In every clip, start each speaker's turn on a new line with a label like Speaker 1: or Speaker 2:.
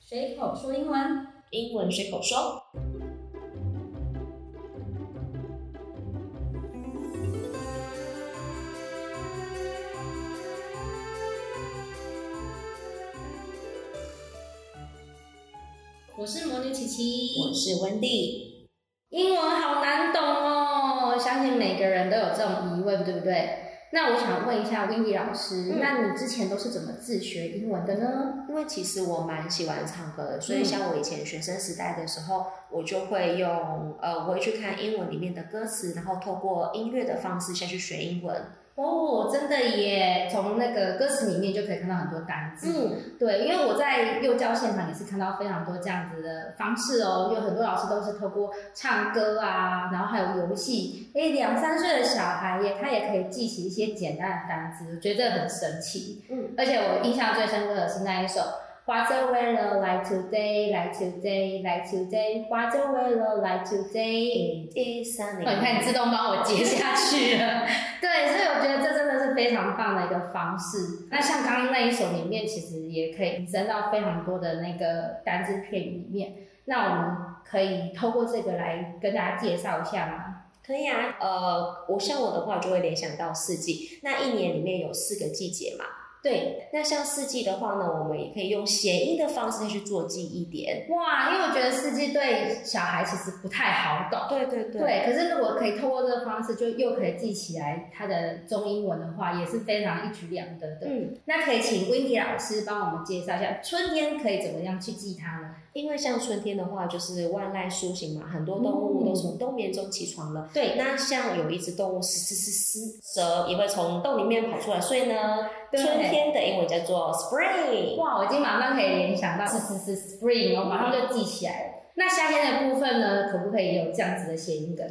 Speaker 1: 随口说英文，
Speaker 2: 英文随口说。
Speaker 1: 我是魔女琪琪。
Speaker 2: 我是温蒂，
Speaker 1: 英文好难懂哦，相信每个人都有这种疑问，对不对？那我想问一下 Vivi 老师，
Speaker 2: 嗯
Speaker 1: 那你之前都是怎么自学英文的呢？
Speaker 2: 因为其实我蛮喜欢唱歌的，所以
Speaker 1: 嗯
Speaker 2: 像我以前学生时代的时候，我就会用呃，我会去看英文里面的歌词，然后透过音乐的方式下去学英文。
Speaker 1: 哦，真的耶，从那个歌词里面就可以看到很多单字。
Speaker 2: 嗯，
Speaker 1: 对，因为我在幼教现场也是看到非常多这样子的方式哦，有很多老师都是透过唱歌啊，然后还有游戏，诶，两三岁的小孩耶，他也可以记起一些简单的单词，我觉得这很神奇。
Speaker 2: 嗯，
Speaker 1: 而且我印象最深刻的是那一首。Water weather like today, like today, like today. Water weather like today.
Speaker 2: 一
Speaker 1: 哦，
Speaker 2: 三
Speaker 1: 你看，你自动帮我接下去了。 对，所以我觉得这真的是非常棒的一个方式。那像刚刚那一首里面，其实也可以引申到非常多的那个单字片语里面。那我们可以透过这个来跟大家介绍一下吗？
Speaker 2: 可以啊。呃，我像我的话，我就会联想到四季。那一年里面有四个季节嘛，
Speaker 1: 对，
Speaker 2: 那像四季的话呢，我们也可以用谐音的方式去做记忆点。
Speaker 1: 哇，因为我觉得四季对小孩其实不太好懂。
Speaker 2: 哦对对对
Speaker 1: 对，可是如果可以透过这个方式，就又可以记起来它的中英文的话，也是非常一举两得的。
Speaker 2: 嗯，
Speaker 1: 那可以请 Wendy 老师帮我们介绍一下春天可以怎么样去记它呢？
Speaker 2: 因为像春天的话，就是万籁苏醒嘛，很多动物都从冬眠中起床了。
Speaker 1: 对，
Speaker 2: 那像有一只动物是是是是蛇，也会从洞里面跑出来，所以呢，
Speaker 1: 对
Speaker 2: 春天的英文叫做 spring。
Speaker 1: 哇，我已经马上可以联想到是是是 spring，我马上就记起来了。那夏天的部分呢，可不可以有这样子的谐音梗？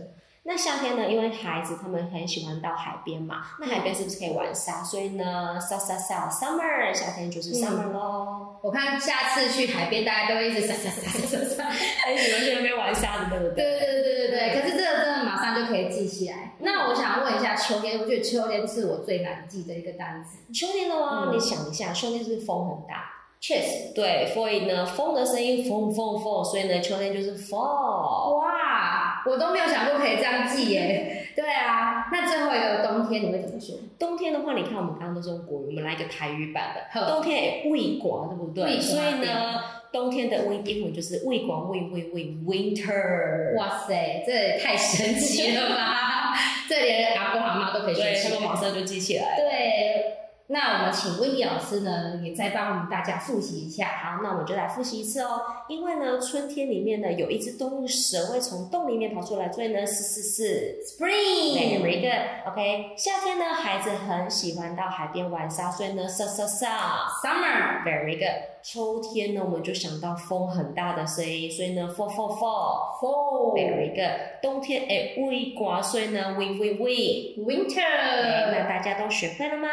Speaker 2: 那夏天呢，因为孩子他们很喜欢到海边嘛，那海边是不是可以玩沙？所以呢，沙沙沙 summer，夏天就是 summer 咯。
Speaker 1: 我看下次去海边，大家都会一直闪闪闪闪闪闪。
Speaker 2: 很喜欢去那边玩沙的，对不
Speaker 1: 对
Speaker 2: 对？
Speaker 1: 对对对对对，可是这个真的马上就可以记起来。那我想问一下秋天，我觉得秋天是我最难记的一个单词。
Speaker 2: 秋天的话，
Speaker 1: 嗯
Speaker 2: 你想一下，秋天是不是风很大？
Speaker 1: 确实，
Speaker 2: 对，所以呢，风的声音，风风风，所以呢，秋天就是 fall。
Speaker 1: 哇，我都没有想过可以这样记耶。对啊，那最后一个冬天你会怎么说？
Speaker 2: 冬天的话，你看我们刚刚都是用国语，我们来一个台语版的。
Speaker 1: 好
Speaker 2: 冬天也未寒，对不
Speaker 1: 畏
Speaker 2: 对？
Speaker 1: 寒
Speaker 2: 所以呢，冬天的温英文就是未寒未未未 winter。
Speaker 1: 哇塞，这也太神奇了吧！ 这连阿公阿妈都可以学
Speaker 2: 对，他
Speaker 1: 习
Speaker 2: 们。马上就记起来。
Speaker 1: 对，那我们请温迪老师呢，也再帮我们大家复习一下。
Speaker 2: 好，那我们就来复习一次哦。因为呢，春天里面呢，有一只动物蛇会从洞里面跑出来，所以呢，是是是。对
Speaker 1: Spring，
Speaker 2: ，very good。OK，夏天呢，孩子很喜欢到海边玩沙，所以呢，沙沙沙。
Speaker 1: Summer，
Speaker 2: Very good。秋天呢，我们就想到风很大的声音，所以呢，fall fall fall。Very
Speaker 1: 哦
Speaker 2: good。冬天哎，未刮岁呢，we we we。哎那
Speaker 1: Fall，Winter。
Speaker 2: 大家都学会了吗？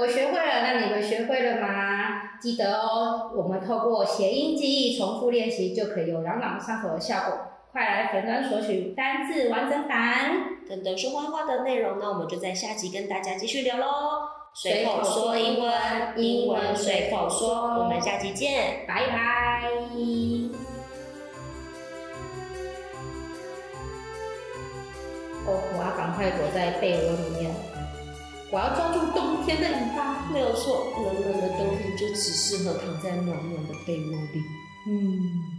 Speaker 1: 我学会了，那你们学会了吗？记得哦，我们透过谐音记忆重复练习，就可以有朗朗上口的效果。快来粉专索取单字完整版，
Speaker 2: 等等说画画的内容呢，我们就在下集跟大家继续聊喽。随口说英文，英文随口说，我们下集见。
Speaker 1: 拜拜。哦，我要赶快躲在被窝里面，我要抓住冬天的尾巴。
Speaker 2: 没有错，冷冷的冬天就只适合躺在暖暖的被窝里。
Speaker 1: 嗯。